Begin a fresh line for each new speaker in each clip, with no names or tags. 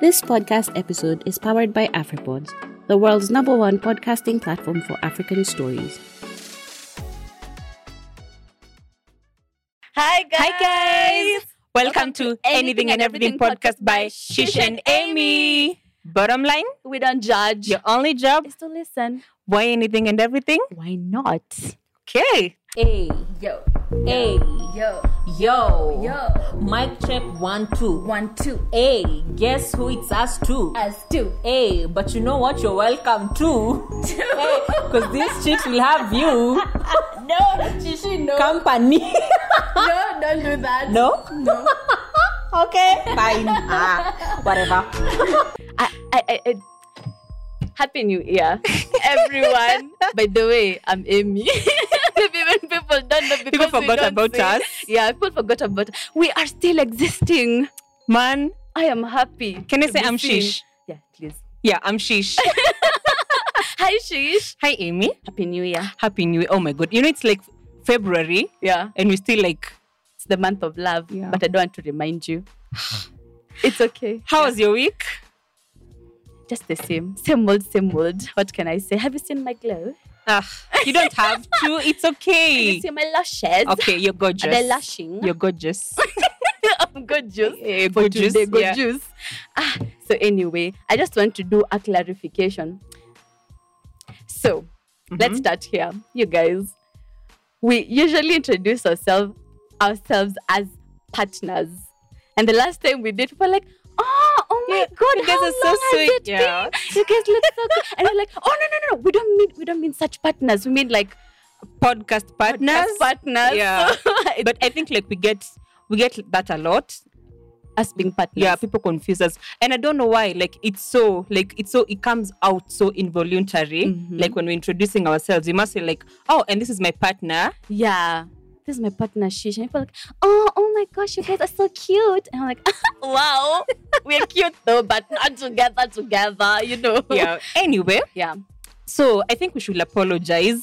This podcast episode is powered by AfriPods, the world's number one podcasting platform for African stories.
Hi guys.
Hi, guys. Welcome, to Anything and Everything podcast by Shish and Amy. Bottom line,
We don't judge.
your only job,
Is to listen.
why anything and everything?
Why not?
Okay.
Hey, yo. Hey, yo. Yo. Yo. Mic check one, two. One, two. Hey, guess who it's us to? Us two. Hey, but you know what? You're welcome to. Because these chicks will have you. no, Chishi, no. Company.
No, don't do that.
no? No. okay. Fine. Ah, whatever.
I, I, I, I- Happy New Year, everyone. By the way, I'm Amy. Even people don't know because
People
we
forgot
don't
about
say-
us.
Yeah, people forgot about. We are still existing.
Man,
I am happy.
can I
to
say
be
I'm
seen.
Shish?
Yeah, please.
Yeah, I'm Shish.
Hi, Shish.
Hi, Amy.
Happy New Year.
Happy New Year. Oh my God. You know, it's like February
Yeah,
and we still like,
it's the month of love,
Yeah.
but I don't want to remind you. It's okay.
how was your week?
Just the same. Same old, same old. What can I say? Have you seen my glow?
Ah, you don't have to. It's
Have you
okay.
seen my lashes?
Okay, you're
Are
gorgeous.
they lashing?
You're gorgeous.
I'm gorgeous.
Eh,
For
gorgeous,
today,
yeah.
gorgeous. Ah, so anyway, I just want to do a clarification. So
Mm-hmm.
let's start here, you guys. We usually introduce ourselves ourselves as partners, and the last time we did, we were like. Oh, oh my god,
you guys
how
are so
long has
sweet,
it been?
yeah.
You guys look so good. And we're like, oh no, no, no, no. We don't mean we don't mean such partners. We mean like
Podcast partners.
as partners.
Yeah.
It's
but I think like we get we get that a lot.
us being partners.
yeah people confuse us and i don't know why like it's so like it's so it comes out so involuntary
Mhm.
like when we're introducing ourselves we must say like oh and this is my partner
yeah, this is my partner Shish. And people are like, oh, oh my gosh, you guys are so cute. And I'm like, wow, we're cute though, but not together, together, you know.
yeah anyway
Yeah.
so i think we should apologize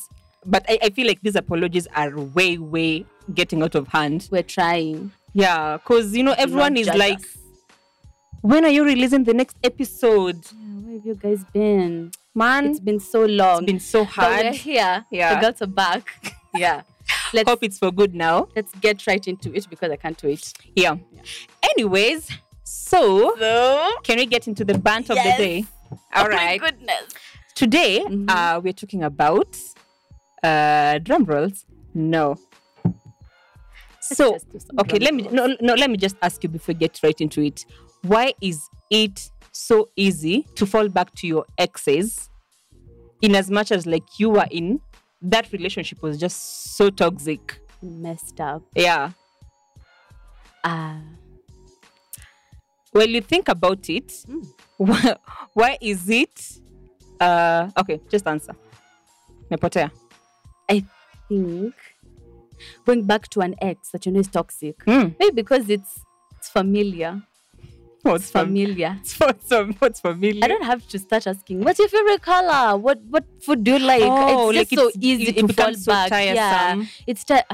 but I, I feel like these apologies are way way getting out of hand
We're trying.
yeah because you know everyone
Don't
is
judge
like
us.
when are you releasing the next episode
Yeah, where have you guys been?
man
It's been so long.
Mm. it's been so
but we're
hard
here.
Yeah.
The girls are back. yeah. Let's
hope it's for good now
let's get right into it because I can't wait.
yeah, anyways so
So
can we get into the bant of
Yes.
the day all right
Oh My goodness.
Today,
Mhm.
uh, we're talking about uh, drum rolls. No. So,
Let's just do some
okay,
drum
let me
rolls.
no, no. Let me just ask you before we get right into it. Why is it so easy to fall back to your exes, in as much as like you were in that relationship was just so toxic?
messed up.
Yeah.
Ah.
Well, you think about it.
Mm.
Why, why is it? Uh, okay, just answer. Mepotea.
I think going back to an ex that you know is toxic,
Hmm.
maybe because it's it's familiar.
What's
It's familiar.
What's, um, what's familiar?
I don't have to start asking what's your favorite color? What what food do you like?
Oh,
it's
like
just
it's-
so easy
it- it
to fall
becomes so
back. Yeah,
tiresome.
it's ti-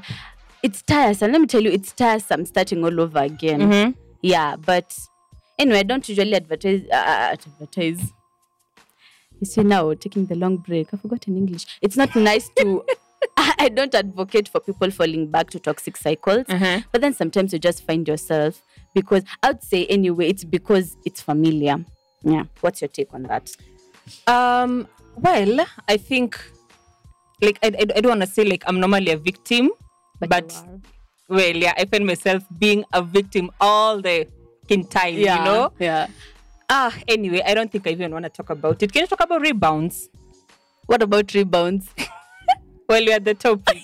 it's tiresome. Let me tell you, it's tiresome starting all over again.
Mhm.
Yeah, but anyway, I don't usually advertise. Uh, advertise. You see now taking the long break. I've forgotten English. It's not nice to. I I don't advocate for people falling back to toxic cycles,
Uh-huh.
but then sometimes you just find yourself because I'd say anyway it's because it's familiar. Yeah. What's your take on that?
Um, well, I think, like, I, I, I don't want to say, like, I'm normally a victim, but,
you are.
well, yeah, I find myself being a victim all the in time, you know?
Yeah.
Ah, anyway, I don't think I even want to talk about it. Can you talk about rebounds?
What about rebounds?
Well, we are at the topic.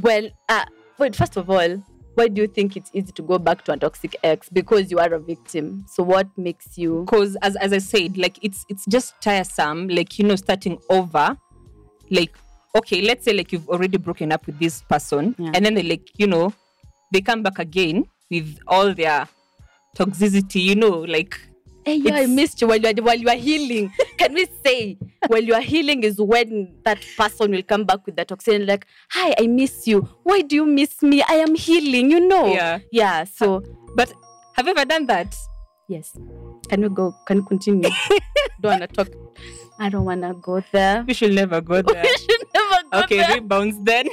Well, uh, wait, first of all, why do you think it's easy to go back to a toxic ex? Because you are a victim. So, what makes you.
Because, as, as I said, like, it's it's just tiresome, like, you know, starting over. Like, okay, let's say, like, you've already broken up with this person,
Yeah.
and then they, like, you know, they come back again with all their toxicity, you know, like,
Hey, yeah, I
It's-
missed Eh, you while you, are, while you are healing. Can we say while you are healing is when that person will come back with the toxin, like, hi, I miss you. Why do you miss me? I am healing, you know?
Yeah.
Yeah, so
But have you ever done that?
Yes. Can we go? Can we continue? don't wanna talk. I don't wanna go there.
We should never go there.
We should never go
okay,
there.
rebounds then.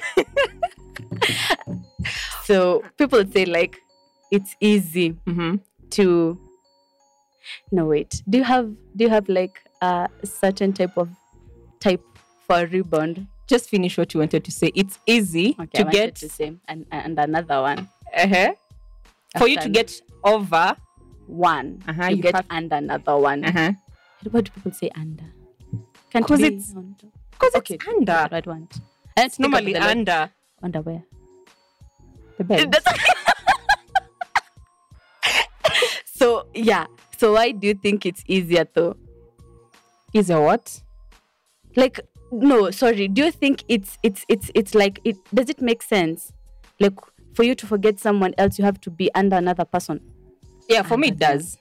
So people say like it's easy
mm-hmm.
to no wait. Do you have do you have like a certain type of type for rebound?
Just finish what you wanted to say. It's easy
I
to
wanted
get
to say and, and another one.
uh-huh. for you to
After-
get over.
One.
Uh-huh,
you,
you
get
have-
and another one.
Uh-huh.
What do people say under? Can't
'Cause
be
it's-
on top.
Because
Okay.
it's under.
What do I want? And
It's normally under
underwear.
the bed.
so yeah. So why do you think it's easier though?
Is a what?
Like no, sorry. Do you think it's it's it's it's like it does it make sense? Like for you to forget someone else, you have to be under another person.
Yeah, for me it
Under.
does.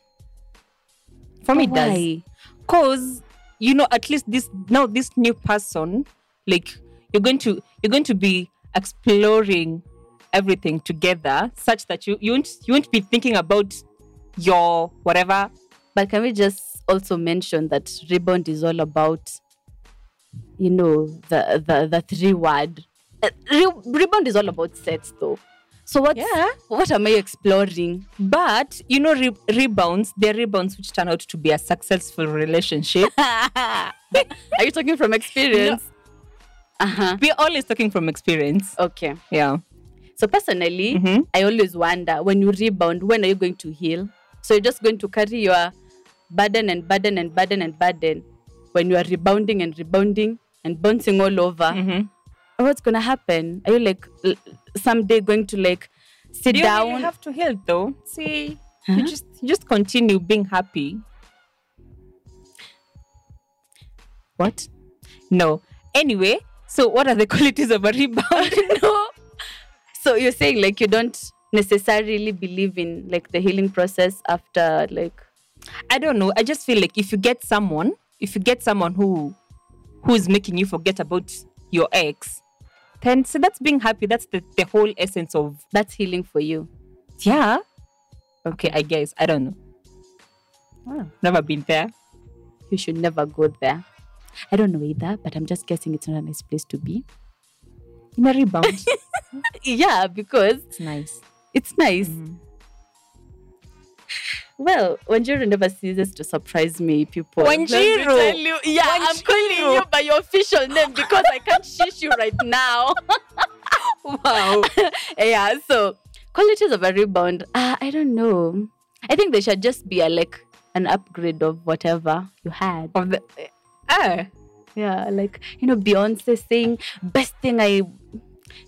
For me it does.
Why?
because you know at least this now this new person like you're going to you're going to be exploring everything together such that you you won't you won't be thinking about your whatever
But can we just also mention that rebound is all about, you know, the the, the three word. Uh, re- rebound is all about sets though. So what?
Yeah.
What am I exploring?
but you know re- rebounds they're rebounds which turn out to be a successful relationship
Are you talking from experience? Uh huh.
we're always talking from experience
Okay.
yeah
So personally,
Mhm.
I always wonder when you rebound, when are you going to heal? So you're just going to carry your burden and burden and burden and burden when you are rebounding and rebounding and bouncing all over.
Mhm.
What's gonna happen? Are you like l- someday going to like sit
you
down? Uh-huh.
really have to heal though see you just you just continue being happy what no anyway so what are the qualities of a rebound
no. So you're saying like you don't necessarily believe in like the healing process after like
i don't know i just feel like if you get someone if you get someone who who is making you forget about your ex then so that's being happy that's the, the whole essence of
that's healing for you.
yeah okay i guess i don't know never been there
you should never go there. I don't know either, but I'm just guessing it's not a nice place to be.
in a rebound
Yeah, because
it's nice
it's nice. Mm-hmm. Well, Wanjiru never ceases to surprise me, people. Let me
Wanjiru.
tell you- yeah, I'm calling you by your official name because I can't shish you right now.
wow
yeah, so qualities of a rebound. Uh, I don't know. I think they should just be a, like an upgrade of whatever you had.
of the ah
Yeah, like you know, Beyonce saying best thing I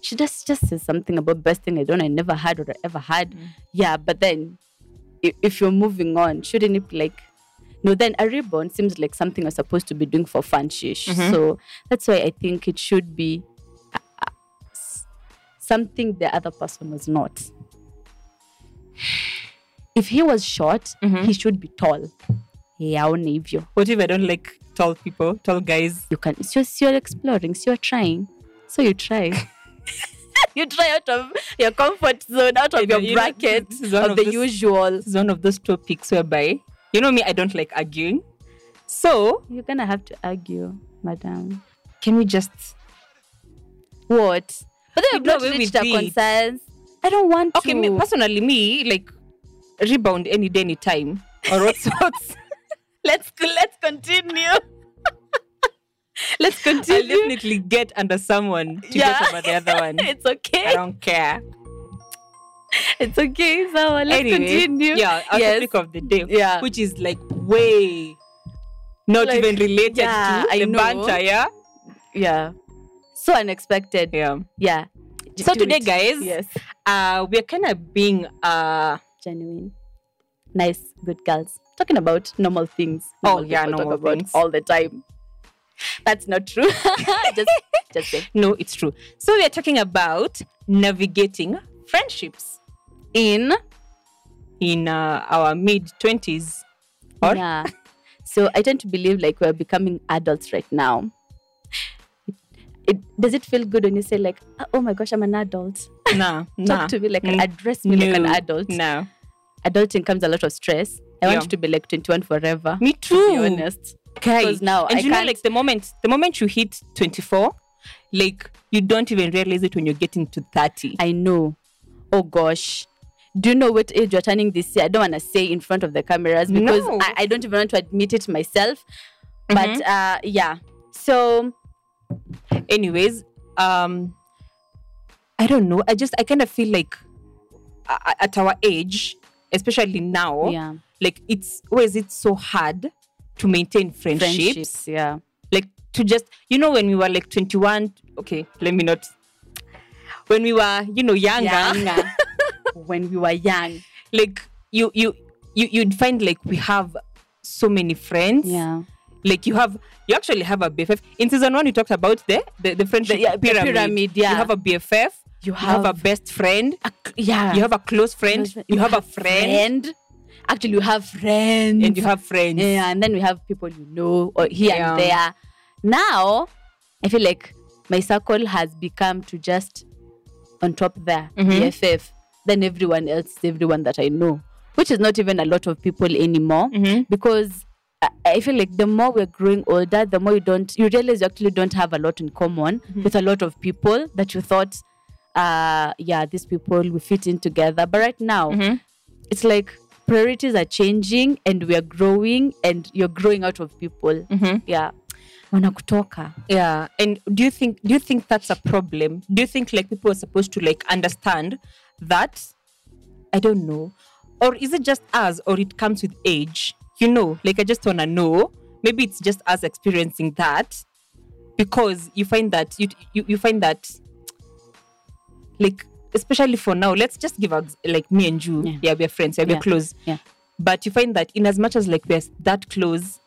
she just just says something about best thing I don't I never had or I ever had. Yeah, but then if, if you're moving on, shouldn't it be like no, then a reborn seems like something you're supposed to be doing for fun shish. So that's why I think it should be uh, uh, s- something the other person was not. If he was short, he should be tall. Yeah, hivyo
What if I don't like tall people, tall guys?
you can it's just you're exploring so you're trying so you try you try out of your comfort zone out of
You know,
your
you know,
bracket
this is one
of,
of
the
this-
usual
This is one of those topics whereby, you know me, I don't like arguing. So,
you're gonna have to argue madam
can we just.
what but then we've
No,
not
we
reached a
did.
consensus i don't want
Okay,
to
me, personally, me, like, rebound any day, any time. Or what's what's.
let's let's continue let's
I'll
continue
definitely get under someone to
Yeah.
get over the other one.
it's okay
I don't care.
it's okay so let's
anyway,
continue
Yeah, our
Yes.
topic of the day,
Yeah.
which is like way not
Like,
even related
yeah,
to
I
the
know.
banter, yeah?
yeah so unexpected
Yeah.
yeah
So
Do
today,
it.
guys,
yes
uh, we're kind of being uh,
genuine, nice, good girls. Talking about normal things.
Oh, yeah,
people
normal
about
things.
all the time. That's not true. just, just say
No, it's true. So we are talking about navigating friendships
in.
in uh, our mid twenties. Or
Yeah. So I tend to believe like we're becoming adults right now. It, does it feel good when you say like, oh my gosh, I'm an adult?
nah,
Talk
nah,
to me like
Mm.
address me like an adult.
No,
Adulting comes a lot of stress. I
Yeah.
want to be like 21 forever.
Me
To
too.
be honest.
Kai.
'Cause now
and
I
you know,
can't-
like the moment the moment you hit 24, like you don't even realize it when you're getting to 30.
I know. Oh gosh. Do you know what age you're turning this year? I don't want to say in front of the cameras because
No.
I, I don't even want to admit it myself.
Mm-hmm.
But uh, yeah. So
anyways um i don't know i just i kind of feel like uh, at our age especially now
yeah,
like it's always it's so hard to maintain friendships,
friendships. Yeah.
like to just you know when we were like 21 okay let me not when we were you know younger
Younger. when we were young.
like you you you you'd find like we have so many friends
Yeah.
like you have you actually have a BFF. In season one, you talked about the the, the friendship
The- yeah, the
pyramid.
pyramid, yeah.
You have a BFF.
You
a
have-
best friend.
Yeah.
You have a close friend.
Close friend.
You have a friend,
friend. Actually, you have friends.
and you have friends.
yeah, and then we have people you know or here
Yeah.
and there. Now, I feel like my circle has become to just on top there,
Mm-hmm.
BFF. Then everyone else is everyone that I know, which is not even a lot of people anymore
Mm-hmm.
because. I- I feel like the more we're growing older, the more you don't you realize you actually don't have a lot in common
Mm-hmm.
with a lot of people that you thought, uh, yeah, these people we fit in together. But right now,
Mm-hmm.
it's like priorities are changing and we are growing and you're growing out of people yeah wanakutoka
Yeah. And do you think do you think that's a problem? Do you think like people are supposed to like understand that? I don't know. Or is it just us or it comes with age? You know, like I just wanna know. Maybe it's just us experiencing that because you find that you you, you find that like especially for now, let's just give us like me and you. Yeah,
Yeah.
we're friends, yeah, we're
Yeah.
close.
Yeah.
But you find that in as much as like we're that close,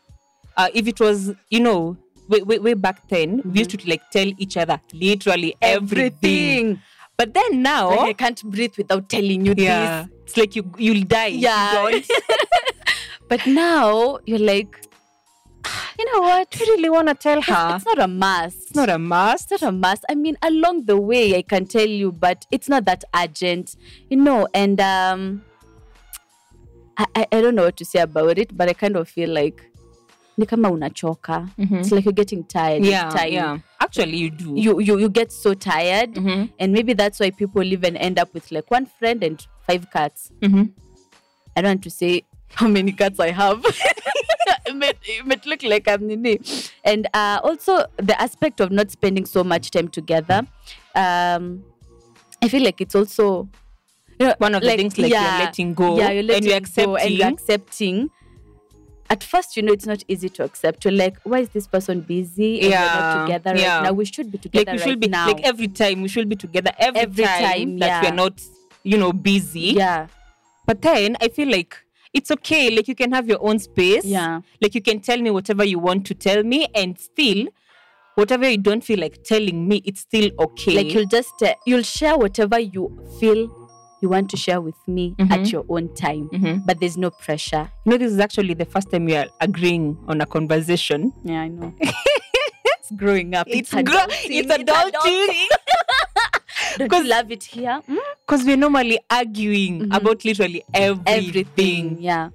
uh, if it was, you know, way, way, way back then, we used to like tell each other literally everything. But then now,
Like, i can't breathe without telling you
yeah, it's like you you'll die. if you
Yeah.
don't.
this but now you're like you know what
I really want to tell her.
it's not a must
It's not a must.
it's not a must. I mean, along the way, I can tell you, but it's not that urgent, you know. And um, I, I, I don't know what to say about it, but I kind of feel like ni kama unachoka. It's like you're getting tired.
Yeah,
each time.
yeah. Actually, you do.
You you you get so tired,
Mhm.
and maybe that's why people even end up with like one friend and five cats.
Mhm.
I don't want to say how many cats I have. it, might, it might look like I'm Nini. And uh, also the aspect of not spending so much time together. Um, I feel like it's also you know,
One of the things, like, you're letting go
Yeah, you're
and
letting
you're
go and you're
accepting.
accepting. At first, you know, it's not easy to accept. You're like, why is this person busy? And
Yeah,
we're not together
yeah.
right now. We should be together
like we
right
should be
now.
like every time we should be together every,
Every time,
that
yeah.
we're not, you know, busy.
yeah.
But then I feel like it's okay. Like you can have your own space.
Yeah.
Like you can tell me whatever you want to tell me, and still, whatever you don't feel like telling me, it's still okay.
like you'll just uh, you'll share whatever you feel you want to share with me
Mm-hmm.
at your own time but there's no pressure
you know, this is actually the first time we are agreeing on a conversation.
yeah i know it's growing up it's,
gro-
adulting,
It's adulting. Mm-hmm.
because love it here Mm,
Because we're normally arguing about literally
Mm-hmm. everything yeah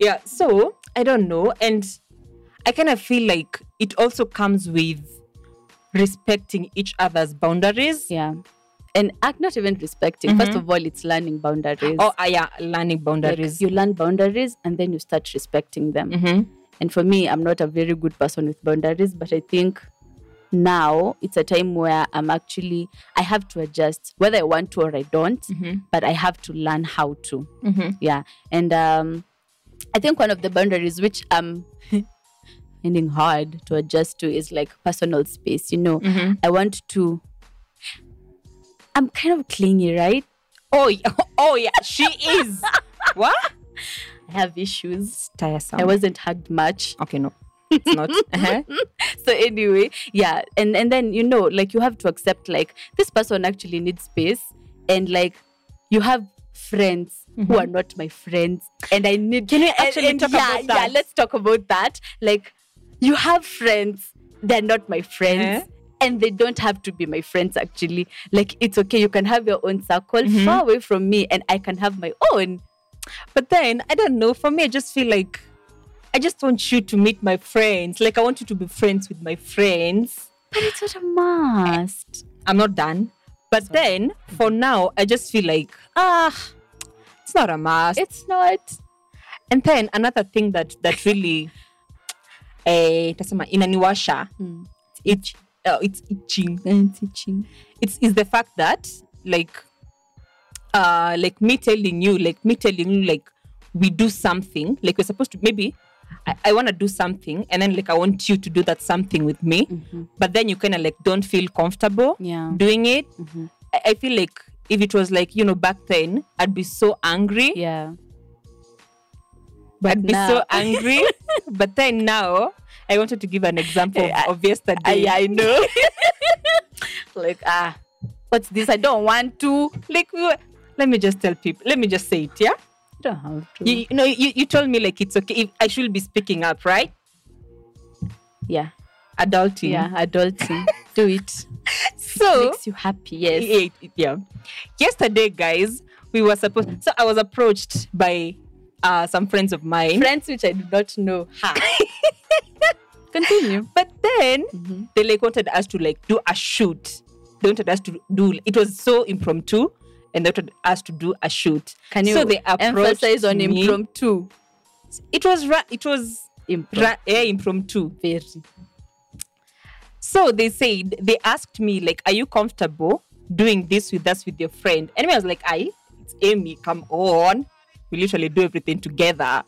yeah so i don't know and i kind of feel like it also comes with respecting each other's boundaries
yeah and act not even respecting
Mm-hmm.
first of all it's learning boundaries
or uh, yeah learning
Like,
boundaries
you learn boundaries and then you start respecting them
Mhm.
And for me, I'm not a very good person with boundaries, but I think now it's a time where I'm actually, I have to adjust, whether I want to or I don't, but I have to learn how to. Yeah. And um, I think one of the boundaries which I'm finding hard to adjust to is like personal space. You know, I want to, I'm kind of clingy, right?
oh yeah oh yeah she is what
I have issues.
tiresome
I wasn't hugged much.
okay no it's not uh-huh.
so anyway yeah and and then you know like you have to accept like this person actually needs space and like you have friends who are not my friends and i need can you
Mm-hmm. actually talk
yeah,
about that?
yeah let's talk about that like you have friends they're not my friends
Eh?
And they don't have to be my friends,
Mm-hmm.
actually. Like, it's okay. You can have your own circle far away from me, and I can have my own.
But then I don't know. For me, I just feel like I just want you to meet my friends. Like I want you to be friends with my friends.
But it's not a must.
I'm not done. But then for now, I just feel like ah, it's not a must.
It's not.
and then another thing that that really eh, tasema inaniwasha
Mm.
it's, itch, uh, it's itching
It's itching.
it's is the fact that like uh like me telling you like me telling you like we do something like we're supposed to maybe i, I want to do something and then like i want you to do that something with me but then you kind of like don't feel comfortable
Mm-hmm. Yeah. Mm-hmm.
doing it I, I feel like if it was like you know back then i'd be so angry
Yeah.
I'd be
now-
so angry. but then now, I wanted to give an example of, of yesterday.
I know. like ah, what's this? I don't want to.
like, we were- let me just tell people. Let me just say it. Yeah.
You don't have to.
You, you know, you, you told me like it's okay. If I should be speaking up, right?
yeah.
Adulting.
Yeah. Adulting. Do it.
So
Makes you happy. Yes.
yeah, yeah. Yesterday, guys, we were supposed. So I was approached by uh, some friends of mine.
Friends which I do not know. Ha. Continue.
But then
Mm-hmm.
they like wanted us to like do a shoot. They wanted us to do. It was so impromptu, and they wanted us to do a shoot.
Can you
so they approached
emphasize on
me.
impromptu?
It was ra- it was
Impromptu.
ra- yeah, impromptu.
Very.
So they said they asked me like, "Are you comfortable doing this with us with your friend?" And I was like, "I, it's Amy. Come on, we literally do everything together."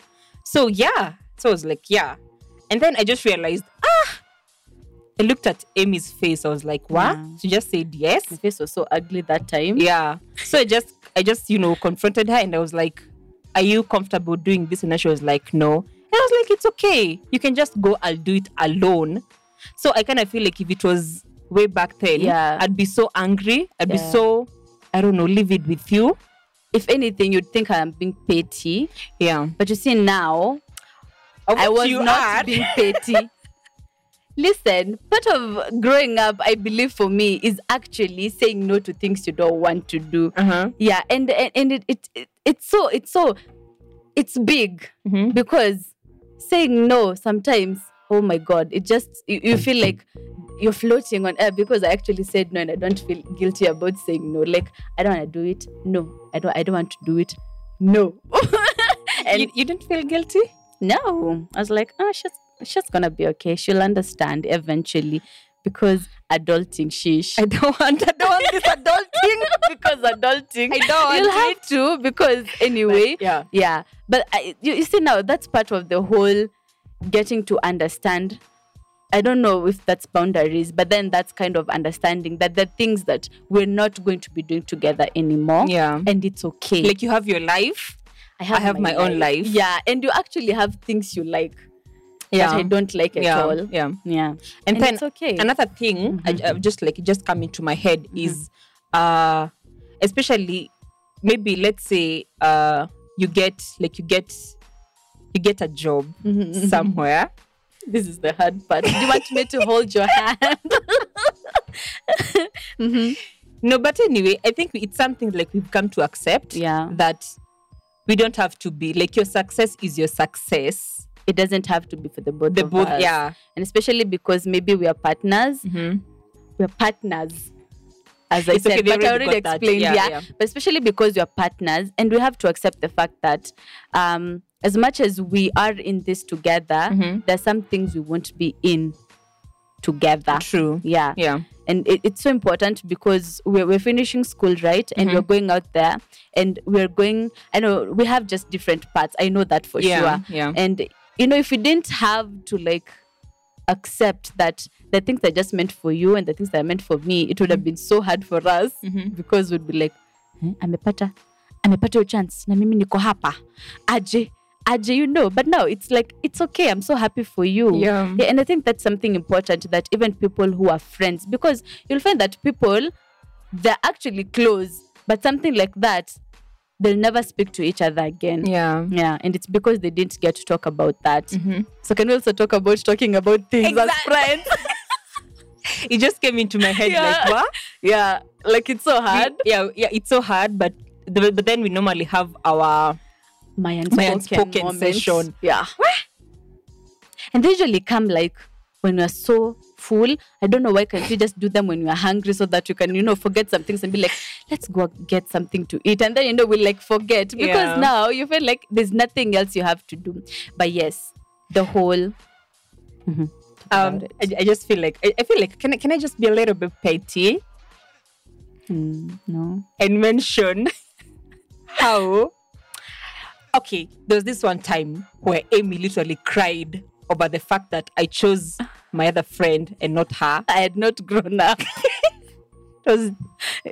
So yeah, so I was like, "Yeah," and then I just realized, ah, I looked at Amy's face. I was like, "What?"
Yeah.
She just said yes.
My face was so ugly that time.
yeah so i just i just you know confronted her and i was like are you comfortable doing this and then she was like no and i was like it's okay you can just go i'll do it alone so i kind of feel like if it was way back then
Yeah.
i'd be so angry i'd be
Yeah.
so i don't know leave it with you
If anything, you'd think I'm being petty.
yeah
But you see now, I was not being petty. Listen, part of growing up, I believe for me, is actually saying no to things you don't want to do.
uh-huh
Yeah, and and, and it, it, it it's so it's so it's big
Mhm.
because saying no sometimes, oh my god, it just you, you feel like you're floating on air because I actually said no and I don't feel guilty about saying no. Like I don't want to do it. No, I don't. I don't want to do it. No. and
you, you didn't feel guilty
no i was like oh she's she's gonna be okay she'll understand eventually because adulting sheesh
i don't want i don't want this adulting
because adulting
i don't want
you'll have to because anyway
yeah
yeah but I, you, you see now that's part of the whole getting to understand i don't know if that's boundaries but then that's kind of understanding that the things that we're not going to be doing together anymore
yeah
and it's okay
like you have your life I have my own life.
yeah and you actually have things you like
yeah
that i don't like at
yeah
all
yeah
yeah
and, then
it's okay Mm-hmm.
another thing I, I just like it just coming to my head is uh especially maybe let's say uh you get like you get you get a job
Mm-hmm,
somewhere
this is the hard part do you want me to hold your hand
no but anyway i think it's something like we've come to accept
Yeah.
that we don't have to be like your success is your success
it doesn't have to be for the both
the
of
both
us.
yeah
and especially because maybe we are partners we're partners as I
Mm-hmm. It's
said,
okay, they
but I
already
already
got that.
explained,
Yeah,
yeah,
yeah.
But especially because we are partners, and we have to accept the fact that, um, as much as we are in this together,
Mm-hmm.
there's some things we won't be in together.
true
Yeah,
yeah
and it, it's so important because we're, we're finishing school right and
Mm-hmm.
we're going out there and we're going i know we have just different paths i know that for
Yeah,
sure
yeah.
and you know if we didn't have to like accept that the things that are just meant for you and the things that are meant for me it would
Mm-hmm.
have been so hard for us because we'd be like "Eh, amepata amepata your chance na mimi niko hapa aje aje you know but now it's like it's okay i'm so happy for you
Yeah.
yeah, and I think that's something important that even people who are friends, because you'll find that people, they're actually close, but something like that, they'll never speak to each other again.
yeah
Yeah, and it's because they didn't get to talk about that. So can we also talk about talking about things
Exact-
as friends?
it just came into my head like
Yeah.
what
yeah, like it's so
we-
hard.
yeah, yeah, it's so hard, but the, but then we normally have our
my unspoken,
unspoken
moments.
session.
Yeah. And they usually come like when we're so full. I don't know why can't we just do them when we're hungry so that you can, you know, forget some things and be like, let's go get something to eat. And then, you know, we'll like forget because
Yeah.
now you feel like there's nothing else you have to do. But yes, the whole.
Um,
about
I, I just feel like I, I feel like can I, can I just be a little bit petty Hmm,
No.
and mention how? Okay, there was this one time where Amy literally cried over the fact that I chose my other friend and not her.
I had not grown up.
It was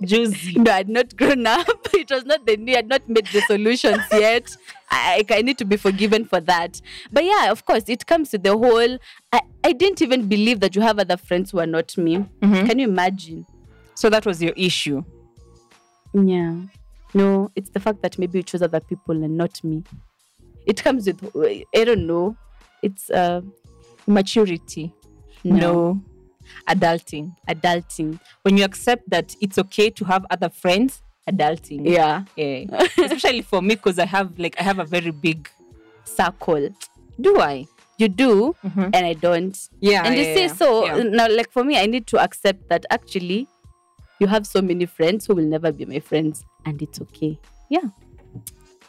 juicy.
no, I had not grown up. It was not the new. I had not made the solutions yet. I, I need to be forgiven for that. But yeah, of course, it comes to the whole. I, I didn't even believe that you have other friends who are not me. Can you imagine?
So that was your issue.
Yeah. No, it's the fact that maybe you chose other people and not me. It comes with I don't know. It's uh
Maturity.
no,
no. Adulting.
adulting.
When you accept that it's okay to have other friends, adulting.
Yeah.
Yeah. Especially for me, because I have like I have a very big.
Circle.
Do I?
You do and I don't.
Mm-hmm. Yeah.
and you
yeah,
say
yeah,
so
yeah.
now like for me i need to accept that actually you have so many friends who will never be my friends and it's okay yeah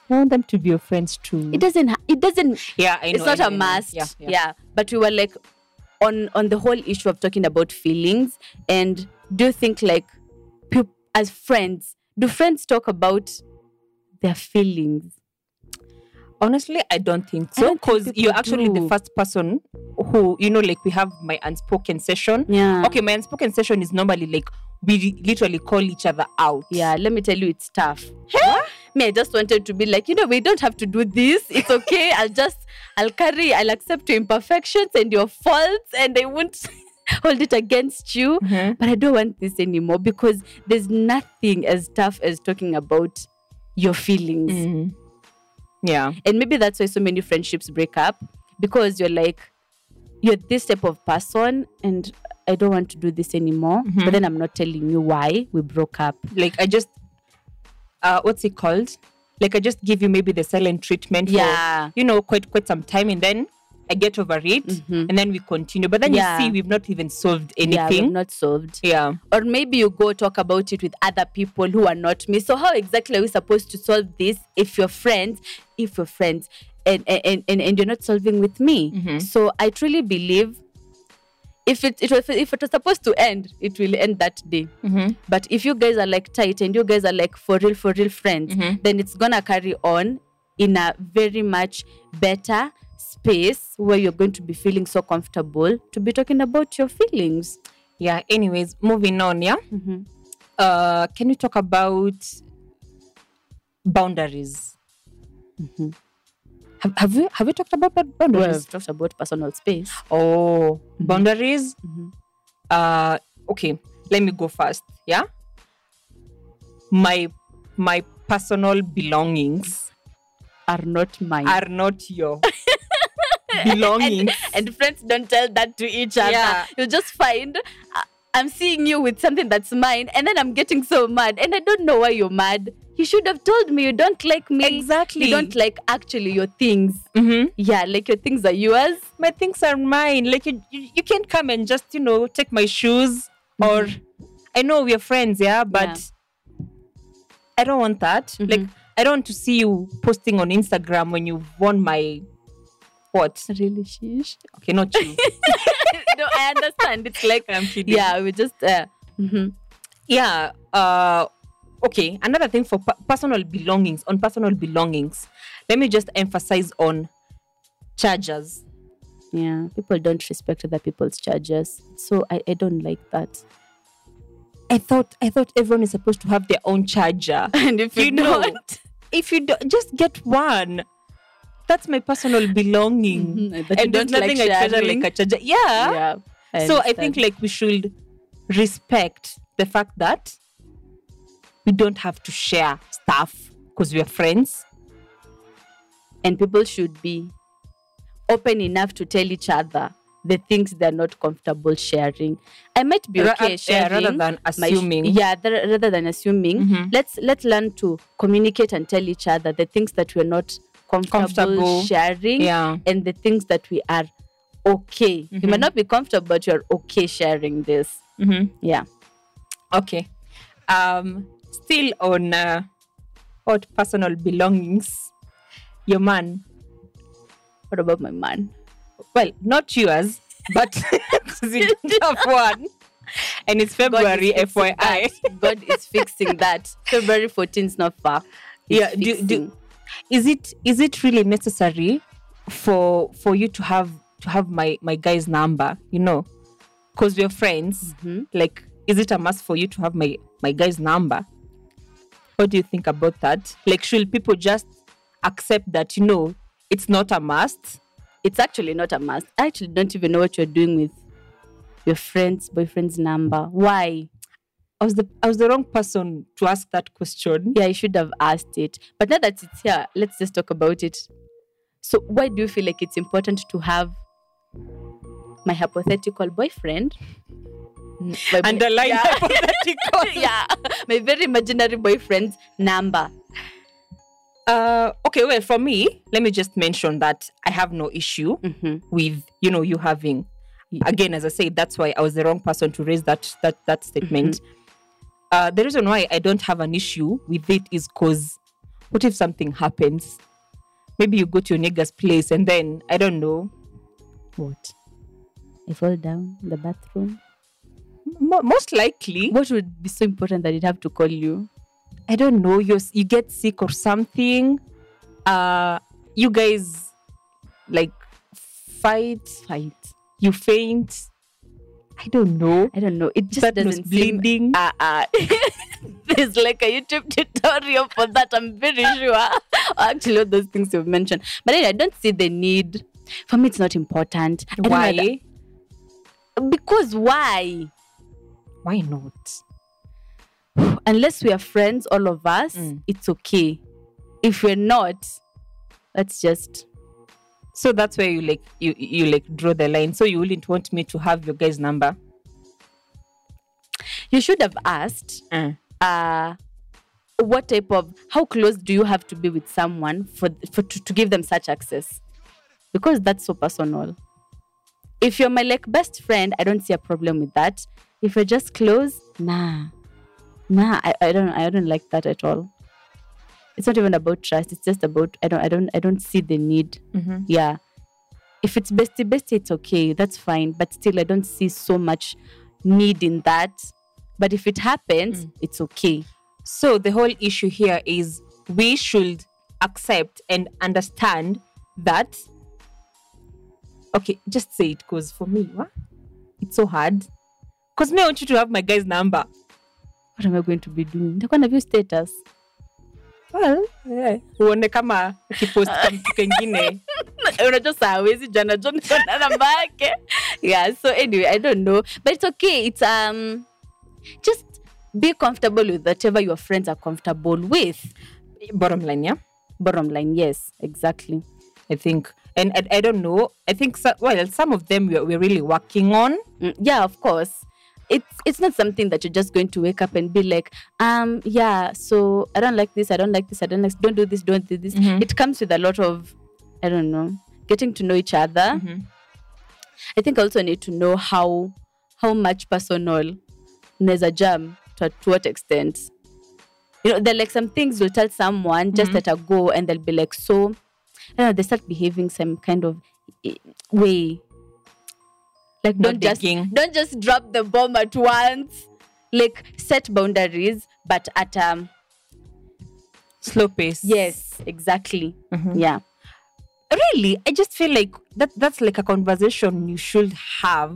I want them to be your friends too.
it doesn't ha- it doesn't
yeah, I know.
it's not
I
a
know, I know.
must
Yeah,
yeah, but we were like on on the whole issue of talking about feelings and do you think like peop as friends do friends talk about their feelings
Honestly, I don't think
I
so.
don't think
Because
people
you're actually the
do.
first person who, you know, like we have my unspoken session.
yeah
Okay, my unspoken session is normally like we literally call each other out.
Yeah, let me tell you, it's tough. me, I just wanted to be like, you know, we don't have to do this. It's okay. I'll just, I'll carry, I'll accept your imperfections and your faults, and I won't hold it against you.
Mhm.
But I don't want this anymore because there's nothing as tough as talking about your feelings.
Mhm. Yeah.
And maybe that's why so many friendships break up because you're like, you're this type of person, and I don't want to do this anymore. But then I'm not telling you why we broke up.
like I just uh what's it called? Like I just give you maybe the silent treatment
Yeah.
for you know quite quite some time and then I get over it and then we continue. But then
Mm-hmm. Yeah.
you see we've not even solved
Yeah, we've
anything.
not solved.
Yeah.
or maybe you go talk about it with other people who are not me so how exactly are we supposed to solve this if you're friends if you're friends and and and, and you're not solving with me so i truly believe if it, it was if it was supposed to end it will end that day but if you guys are like tight and you guys are like for real for real friends then it's gonna carry on in a very much better space where you're going to be feeling so comfortable to be talking about your feelings
Yeah. Anyways, moving on, yeah. Uh can you talk about boundaries? Have, have we have we talked about bound-
Well,
boundaries?
we've talked about personal space.
Oh, boundaries. Uh, okay, let me go first. Yeah, my my personal belongings
Are not mine.
are not your belongings.
and friends don't tell that to each other.
Yeah.
You'll just find "I- I'm seeing you with something that's mine, and then I'm getting so mad, and I don't know why you're mad. You should have told me you don't like me.
Exactly.
You don't like actually your things.
Mhm.
Yeah, like your things are yours.
My things are mine. Like you, you, you can't come and just you know take my shoes or I know we are friends, Mm-hmm. yeah, Mm-hmm. but I don't want that. Like I don't want to see you posting on Instagram when you've worn my what?
Really, sheesh.
Okay, not you.
no, I understand. It's like,
I'm kidding.
yeah, we just. Uh, mhm.
yeah uh okay another thing for per- personal belongings on personal belongings let me just emphasize on chargers
Yeah, people don't respect other people's charges, so I, I don't like that.
i thought i thought everyone is supposed to have their own charger
And if
you know if you don't just get one that's my personal belonging
Mhm, that you
and there's
don't like
nothing i treasure
sharing.
like a charger yeah,
yeah.
so i think like we should respect the fact that we don't have to share stuff because we are friends
and people should be open enough to tell each other the things they're not comfortable sharing. I might be
Ra-
okay
uh, yeah,
sharing
rather than
my sh-
assuming. Mm-hmm.
yeah, th- rather than assuming, let's let's learn to communicate and tell each other the things that we're not comfortable,
Comfortable.
sharing
Yeah.
and the things that we are okay. You might not be comfortable, but you're okay sharing this.
Mm-hmm.
Yeah.
Okay. Um, still on uh, what personal belongings, your man.
What about my man?
Well, not yours, but 'cause you don't have one. And it's February,
fixing
FYI.
that. God is fixing that. February 14th is not far. He's
Yeah, do- do-
fixing.
Is it is it really necessary for for you to have to have my my guy's number? You know, because we're friends.
Mm-hmm.
Like, is it a must for you to have my my guy's number? What do you think about that? Like, should people just accept that you know it's not a must?
it's actually not a must. I actually don't even know what you're doing with your friend's boyfriend's number. Why?
I was the I was the wrong person to ask that question.
Yeah, I should have asked it. But now that it's here, let's just talk about it. So, why do you feel like it's important to have my hypothetical boyfriend? n- my boy-
Underline
yeah,
hypothetical.
yeah, my very imaginary boyfriend's number.
Uh, okay, well, for me, let me just mention that I have no issue
Mhm.
with you know you having. Again, as I say, that's why I was the wrong person to raise that that that statement.
Mm-hmm.
Uh, the reason why I don't have an issue with it is because what if something happens? Maybe you go to your nigga's place and then I don't know what.
I fall down in the bathroom.
Mo- most likely,
What would be so important that it have to call you?
I don't know, you you get sick or something. Uh, you guys like fight, fight. You faint. I don't know.
I don't know. It just
Tetanus
doesn't seem
bleeding.
uh, uh, there's like a YouTube tutorial for that. I'm very sure. Actually, all those things you've mentioned, but anyway, I don't see the need. For me, it's not important. I don't know
Why?
that- because why?
Why not?
Unless we are friends, all of us,
Mm.
it's okay. If we're not, let's just
So that's where you like you you like draw the line. So you wouldn't want me to have your guy's number.
you should have asked
Mm.
uh what type of how close do you have to be with someone for for to, to give them such access because that's so personal if you're my like best friend i don't see a problem with that if you're just close nah nah i, I don't i don't like that at all it's not even about trust it's just about i don't i don't i don't see the need
Mhm.
yeah if it's bestie bestie it's okay that's fine but still i don't see so much need in that but if it happens it's okay
So the whole issue here is we should accept and understand that. Okay, just say it because for me, what? It's so hard. Because me, I want you to have my guy's number.
what am i going to be doing nitakuwa na view status
Well, yeah. Uone kama akipost ka mtu kengine.
unajua saa hawezi jana jana namba yake yeah so anyway i don't know but it's okay it's um just be comfortable with whatever your friends are comfortable with
Bottom line, yeah.
bottom line yes exactly
I think, and I, I don't know. I think so, well, some of them we're, we're really working on.
Mm, yeah of course it's it's not something that you're just going to wake up and be like um yeah so i don't like this i don't like this i don't like don't do this don't do this it comes with a lot of i don't know getting to know each other i think i also need to know how how much personal there's a jam to, to what extent you know there are like some things you'll tell someone just at a go and they'll be like so I don't know, they start behaving some kind of eh, way like
Not
don't just
digging.
don't just drop the bomb at once like set boundaries but at um
Slow pace.
yes exactly
Mm-hmm.
yeah
Really, I just feel like that. That's like a conversation you should have.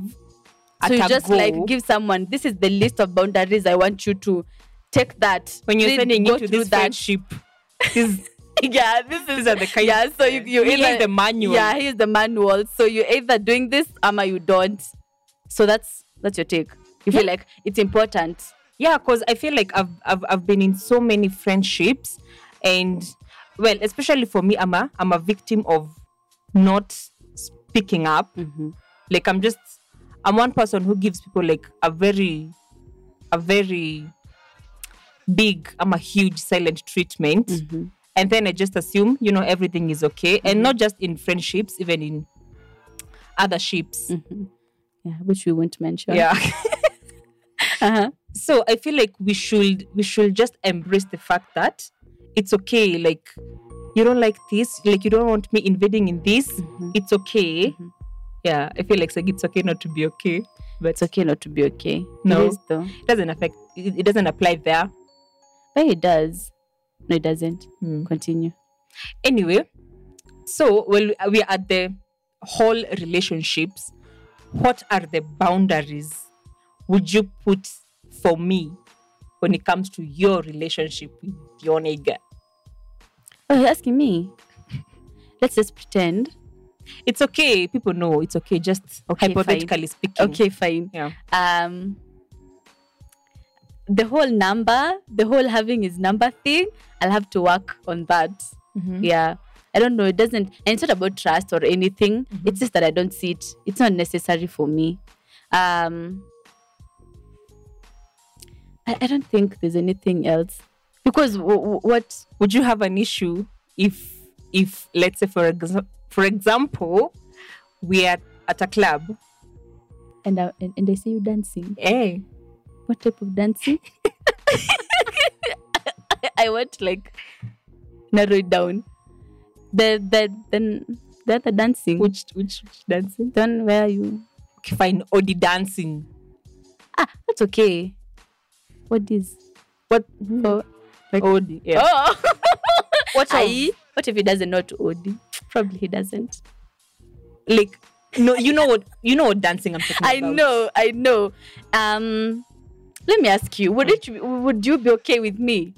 at
so you
a
just like
go.
give someone this is the list of boundaries i want you to take that
when you're
Read-
sending
go
it to
through
this friendship. These,
yeah this is
these are the kind.
yeah so you, you
Here is
either,
the manual.
yeah here's the manual so you're either doing this or you don't so that's that's your take you feel like it's important
yeah because i feel like I've, I've i've been in so many friendships and well especially for me i'm a i'm a victim of not speaking up like i'm just i'm one person who gives people like a very a very big i'm a huge silent treatment and then I just assume you know everything is okay, and not just in friendships, even in other ships.
yeah, which we won't mention.
Yeah.
Uh-huh.
so i feel like we should we should just embrace the fact that it's okay like you don't like this like you don't want me invading in this it's okay yeah i feel like, like it's okay not to be okay but
It's okay not to be okay.
No.
It is though.
it doesn't affect it, it doesn't apply there
But it does. No, it doesn't.
Hmm.
Continue.
anyway so well we are at the whole relationships what are the boundaries would you put for me when it comes to your relationship with your nigga
Oh, you're asking me? Let's just pretend.
it's okay. People know it's okay. Just
Okay,
hypothetically speaking.
Okay, fine.
Yeah.
Um, the whole number, the whole having his number thing, I'll have to work on that. Yeah. I don't know. It doesn't, and it's not about trust or anything. It's just that I don't see it. It's not necessary for me. Um, I, I don't think there's anything else because w- w- what
Would you have an issue if if let's say for exa- for example we are at a club?
and I, and, and I see you dancing.
Hey.
What type of dancing? I want to, like narrow it down. The the then the other dancing.
Which which, which dancing?
Then where are you?
Okay, fine. Odi dancing.
Ah, that's okay. What is?
What?
Oh, like-
Odi. Yeah.
oh.
What of-
Aye. What if he doesn't know to Odi? Probably he doesn't.
Like no, you know what? You know what dancing I'm talking
I
about.
know, I know. Um, let me ask you: Would it? Would you be okay with me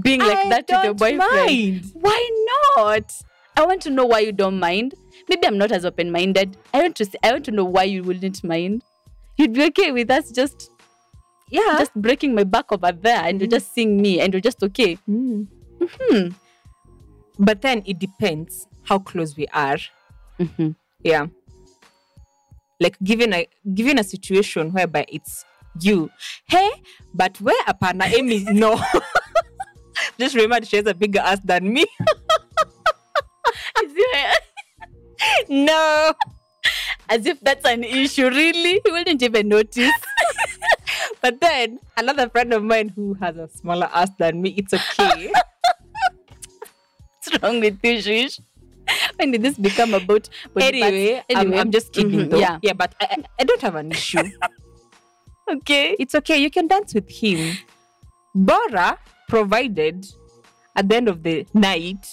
being like
I
that with your
don't
boyfriend?
mind.
Why not? I want to know why you don't mind. Maybe I'm not as open-minded. I want to. s- I want to know why you wouldn't mind. You'd be okay with us just,
Yeah.
just breaking my back over there, and you're just seeing me, and you're just okay.
Mm. But then it depends how close we are. Mm-hmm.
Mhm.
Yeah. Like given a given a situation whereby it's you, hey, but where apana Amy? No. Just remember she has a bigger ass than me.
As if,
no.
as if that's an issue, really. You wouldn't even notice.
But then another friend of mine who has a smaller ass than me, it's okay.
What's wrong with you, Shish? When did this become about body parts?
anyway, I'm- I'm, just kidding
Mhm,
though.
Yeah.
yeah, but I, I- I don't have an issue.
Okay.
it's okay you can dance with him bora provided at the end of the night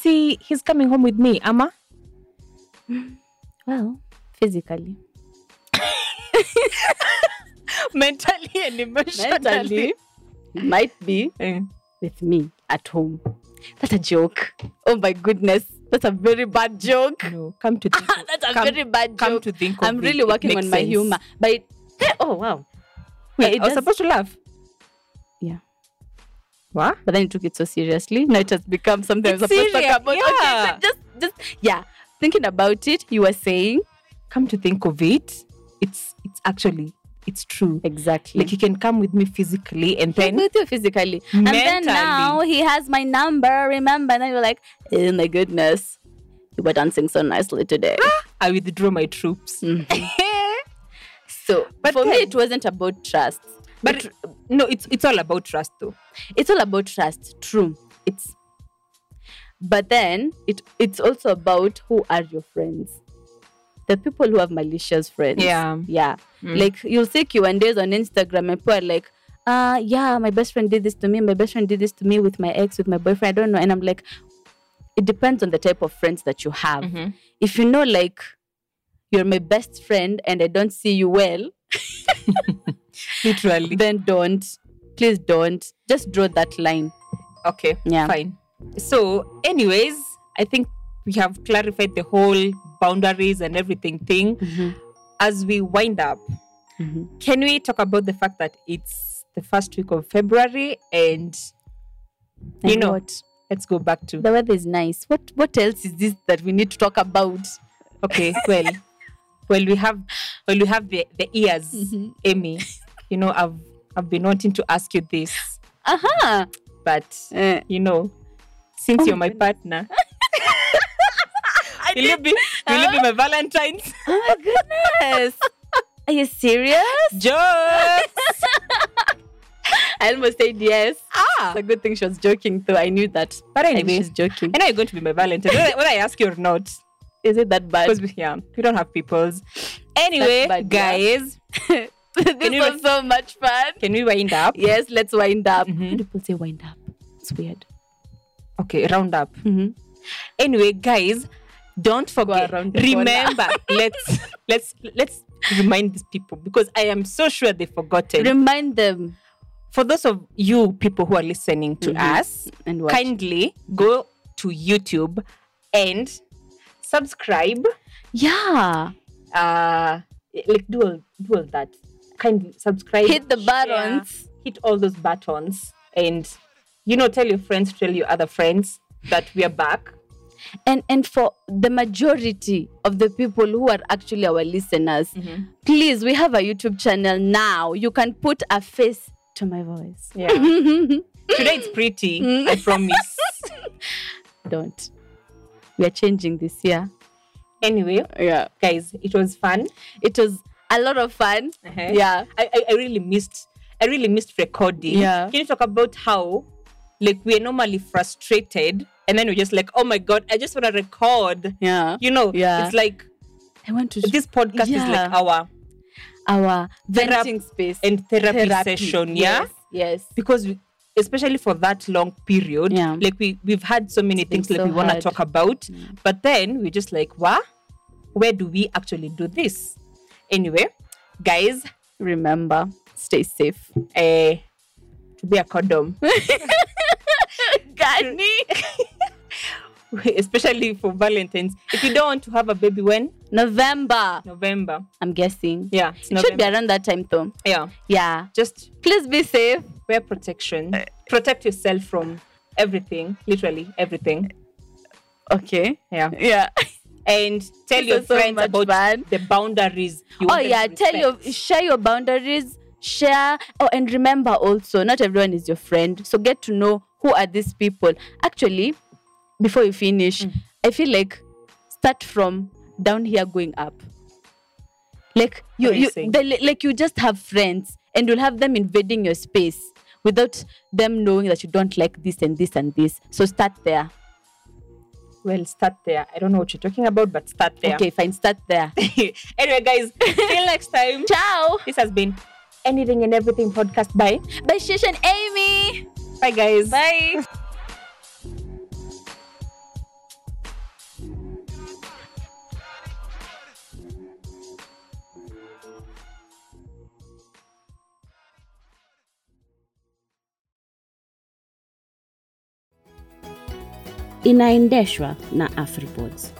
see he's coming home with me ama
Well, physically.
mentally and emotionally
Mentally. Might be
Eh.
with me at home. That's a joke. Oh my goodness. That's a very bad joke.
no come to think of,
That's a
come,
very bad joke.
come to think of
I'm
it,
really
it
working
makes
on my
sense.
humor. But it, hey, oh wow.
Wait,
it
i was
does-
supposed to laugh
Yeah.
what
But then you took it so seriously. Now it has become something
It's
I'm supposed to
serious,
talk about.
yeah.
Okay, so just just yeah. Thinking about it, you were saying
come to think of it it's it's actually it's true
exactly.
like you can come with me physically and then
with you physically. And then
Mentally.
now he has my number, remember? And then you're like, oh my goodness, you were dancing so nicely today.
i withdraw my troops
Mm-hmm. so
But
for me,
then-
it wasn't about trust.
but no it's it's all about trust though
It's all about trust. True. It's but then it it's also about who are your friends. The people who have malicious friends.
Yeah. Mm.
Yeah. Like you'll see Q and A's on Instagram and people are like, uh yeah, my best friend did this to me, my best friend did this to me with my ex, with my boyfriend. I don't know. And I'm like, it depends on the type of friends that you have.
Mm-hmm.
If you know like you're my best friend and I don't see you well,
literally
then don't. Please don't. Just draw that line.
Okay.
Yeah.
Fine. So, anyways, I think we have clarified the whole boundaries and everything thing. As we wind up, can we talk about the fact that it's the first week of February and you
And
know,
what?
let's go back to
The weather is nice. What what else is this that we need to talk about?
okay, well, well, we have, well, we have the the ears, Amy. You know,
Uh-huh.
I've I've been wanting to ask you this,
Aha.
but
Uh,
you know, since
Oh
you're my partner, will you be will you be my Valentine's?
Oh my goodness. Are you serious?
Jokes.
I almost said yes.
ah.
It's a good thing she was joking though. I knew that.
But
I knew
anyway,
she's joking.
I know you're going to be my Valentine, whether, whether I ask you or not.
Is it that bad?
Because we, yeah, we don't have peoples. Anyway,
bad, yeah.
guys,
this
you-
was so much fun. Mm-hmm.
can we wind up?
Yes, let's wind up.
Mhm.
Why do people say wind up? It's weird.
Okay, round up.
Mhm.
Anyway, guys, don't forget.
around the
Remember, let's let's let's remind these people because I am so sure they've forgotten.
Remind them
For those of you people who are listening to
Mhm.
us,
and watch.
kindly go to YouTube and subscribe.
yeah.
Uh, like do all, do all that. Kindly subscribe.
Hit the
share,
buttons.
hit all those buttons, and you know, tell your friends, tell your other friends that we are back.
And and for the majority of the people who are actually our listeners,
Mm-hmm.
please, we have a YouTube channel now. You can put a face to my voice.
Yeah. Today it's pretty. I promise.
Don't. We are changing this year.
anyway,
Yeah.
guys, it was fun.
It was a lot of fun.
Uh-huh.
Yeah.
Eh? I, I, I really missed I really missed recording.
Yeah.
Can you talk about how like we're normally frustrated and then we're just like, oh my god, I just wanna record.
Yeah.
You know,
Yeah.
it's like
I want to
this podcast is like
Yeah.
our
our
Therap-
venting space
and therapy, session, yeah?
Yes. yes.
Because we especially for that long period,
Yeah.
like we we've had so many
been
things like
so
we wanna
hard.
talk about, but then we're just like, what? Where do we actually do this? Anyway, guys,
Remember, stay safe.
eh, to be a condom. especially for Valentine's. If you don't want to have a baby when
November,
November,
I'm guessing.
yeah, it's
It should be
November.
around that time though.
yeah,
Yeah.
just
Please be safe.
wear protection,
Uh,
protect yourself from everything, literally everything.
Okay.
Yeah,
Yeah.
and tell
This
your
was so
friends
much
about
fun.
the boundaries. You
oh
want them
yeah.
to
Tell your
respect.
share your boundaries. Share. Oh, and remember also, not everyone is your friend. So get to know who are these people. Actually, before you finish,
Mm.
I feel like start from down here going up. Like you, you
Amazing.
the, like you just have friends and you'll have them invading your space without them knowing that you don't like this and this and this. So start there.
well, start there. I don't know what you're talking about, but start there.
Okay, fine. Start there.
anyway, guys, till next time.
Ciao.
This has been anything and everything podcast. Bye,
By Shish and Amy.
bye, guys.
Bye.
inaendeshwa na afribods